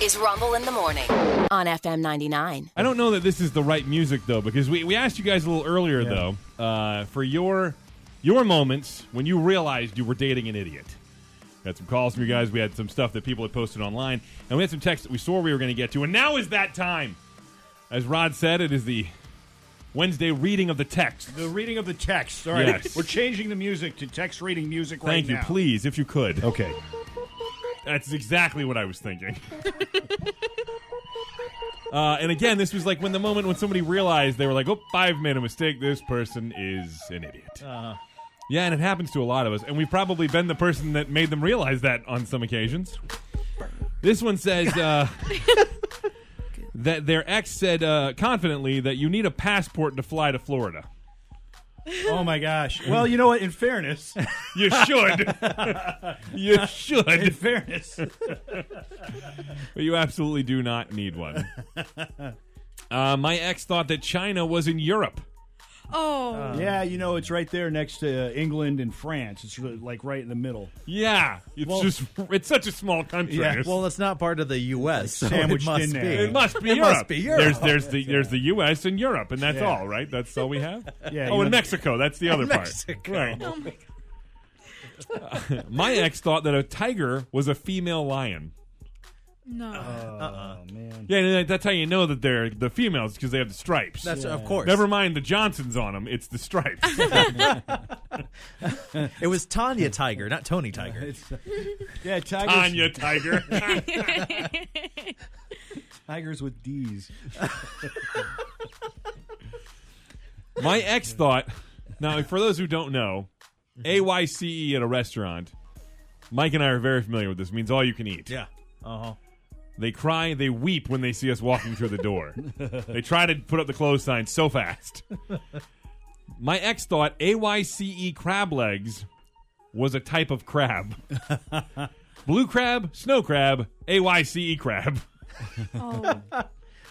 is Rumble in the Morning on FM 99. I don't know that this is the right music though, because we, we asked you guys a little earlier though uh, for your your moments when you realized you were dating an idiot. We had some calls from you guys. We had some stuff that people had posted online, and we had some texts that we swore we were going to get to. And now is that time. As Rod said, it is the Wednesday reading of the text. The reading of the text. All right. Yes. We're changing the music to text reading music right Thank you, now. please, if you could. Okay. That's exactly what I was thinking. uh, and again, this was like when the moment when somebody realized they were like, "Oh, I've made a mistake. This person is an idiot." Yeah, and it happens to a lot of us, and we've probably been the person that made them realize that on some occasions. This one says uh, that their ex said uh, confidently that you need a passport to fly to Florida. Oh my gosh. Well, you know what? In fairness, You should. you in should. fairness, Uh. But you absolutely do not need one. Uh, my ex thought that China was in Europe. Oh, yeah, you know it's right there next to uh, England and France. It's really, like right in the middle. Yeah, it's Well- just it's such a small country. Yeah, It's- Well, it's not part of the U.S. so sandwiched it must in be. there. it must be it Europe. must be Europe. There's there's the there's the U.S. and Europe, and that's Yeah. all, right? That's all we have. Yeah, you oh, know- and Mexico. That's the other part. Mexico. Oh, Right. Uh, my ex thought that a tiger was a female lion. no. Oh man. Yeah, and that's how you know that they're the females because they have the stripes. That's of course. Never mind the Johnsons on them; it's the stripes. It was Tanya Tiger, not Tony Tiger. uh, Yeah, tigers. Anya Tiger. Tigers with D's. My ex thought. Now, for those who don't know, AYCE at a restaurant. Mike and I are very familiar with this. It means all you can eat. yeah. Uh huh. They cry, they weep when they see us walking through the door. they try to put up the close sign so fast. My ex thought AYCE E crab legs was a type of crab. Blue crab, snow crab, AYCE E crab. Oh,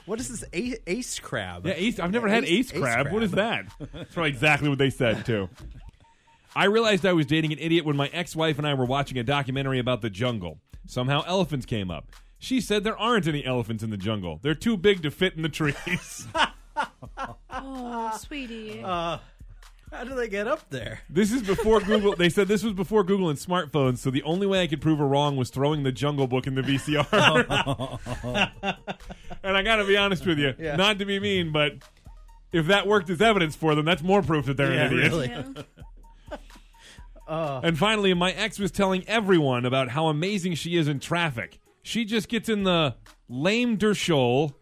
What is this ace, ace crab? Yeah, ace, I've never had ace, Ace- ace crab. What crab. is that? That's probably exactly what they said too. I realized I was dating an idiot when my ex-wife and I were watching a documentary about the jungle. Somehow elephants came up. She said there aren't any elephants in the jungle. They're too big to fit in the trees. oh, sweetie. How do they get up there? this is before Google. They said this was before Google and smartphones, so the only way I could prove her wrong was throwing the Jungle Book in the VCR. and I got to be honest with you, Yeah. not to be mean, but if that worked as evidence for them, that's more proof that they're Yeah, an idiot. really. yeah. And finally, my ex was telling everyone about how amazing she is in traffic. She just gets in the lame der shoal.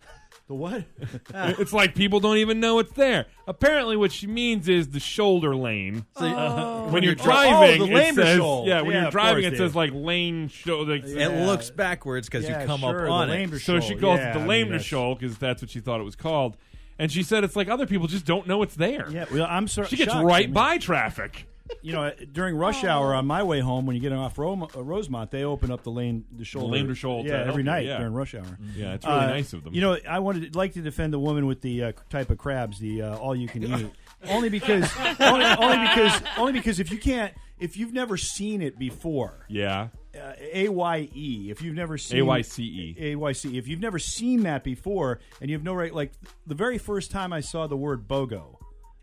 The what? It's like people don't even know it's there. Apparently, what she means is the shoulder lane. uh, When you're Oh, driving, the it lame der says, shoal. yeah, when Yeah, you're of driving, it course it says is. like lane shoal. like- It looks backwards because you come up on it. So she calls it the lame der show. shoal because that's what she thought it was called. And she said it's like other people just don't know it's there. Yeah, well, I'm sorry. She gets shocked. I right mean, by traffic. You know, during rush hour on my way home, when you get off Rome, uh, Rosemont, they open up the lane, the shoulder, lane to shoulder to Yeah, help every you, night yeah. Mm-hmm. during rush hour. Yeah, it's really Uh, nice of them. You know, I wanted like to defend the woman with the uh, type of crabs, the uh, all you can eat, only because only, only because only because if you can't if you've never seen it before, yeah. uh, A Y E. If you've never seen AYCE. A Y C E. If you've never seen that before, and you have no right, like the very first time I saw the word bogo,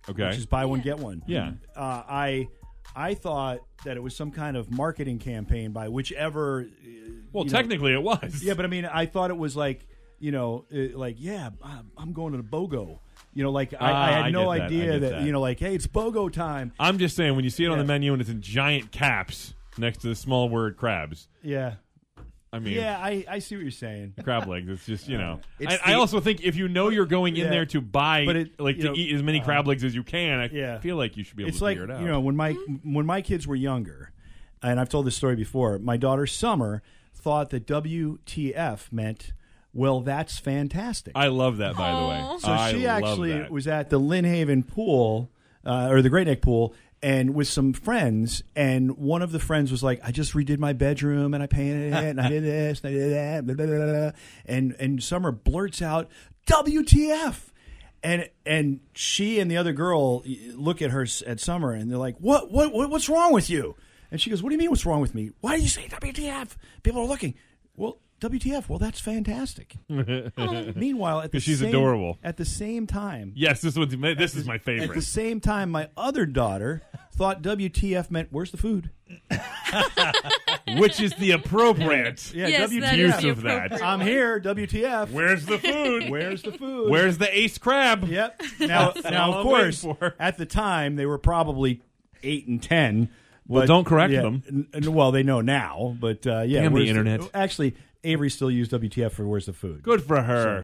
Okay. which is buy one get one. Yeah. uh, I I thought that it was some kind of marketing campaign by whichever. well, you know- technically it was. yeah, but I mean, I thought it was like you know, uh, like yeah, I'm- I'm going to the bogo. You know, like I, I Ah, had I get no that. I idea get that, that. you know, like hey, it's bogo time. I'm just saying when you see it on the Yeah. menu and it's in giant caps next to the small word crabs. Yeah, I mean, yeah, I, I see what you're saying. crab legs. It's just you know. It's I, I the- also think if you know you're going in Yeah. there to buy, But it- like you to know, uh-huh. eat as many crab legs as you can, I yeah. feel like you should be able it's to like figure it out. you know when my when my kids were younger, and I've told this story before. My daughter Summer thought that WTF meant well, that's fantastic. I love that by the way. so I she love actually that. was at the Lynn Haven pool uh, or the Great Neck pool. And with some friends, and one of the friends was like, "I just redid my bedroom, and I painted it, and I did this, and I did that, blah, blah, blah, blah, blah." and and Summer blurts out, "WTF!" and and she and the other girl look at her s- at Summer and they're like, "What what, what what's wrong with you?" And she goes, "What do you mean what's wrong with me? Why do you say WTF? People are looking." Well, WTF? Well, that's fantastic. Meanwhile, at the 'Cause she's same- adorable. At the same time, Yes, this one's ma- this is my at the favorite. same time, my other daughter thought WTF meant where's the food? Which is the appropriate Yeah, yes, that use is the of that. appropriate I'm one. here. WTF? Where's the food? where's the food? Where's the ace crab? Yep. Now, now all of I'm course, waiting for. at the time they were probably eight and ten. Well, but- don't correct yeah, them. n- n- well, they know now, but uh, yeah, Damn the where's internet. actually, Avery still used WTF for "Where's the food." Good for her.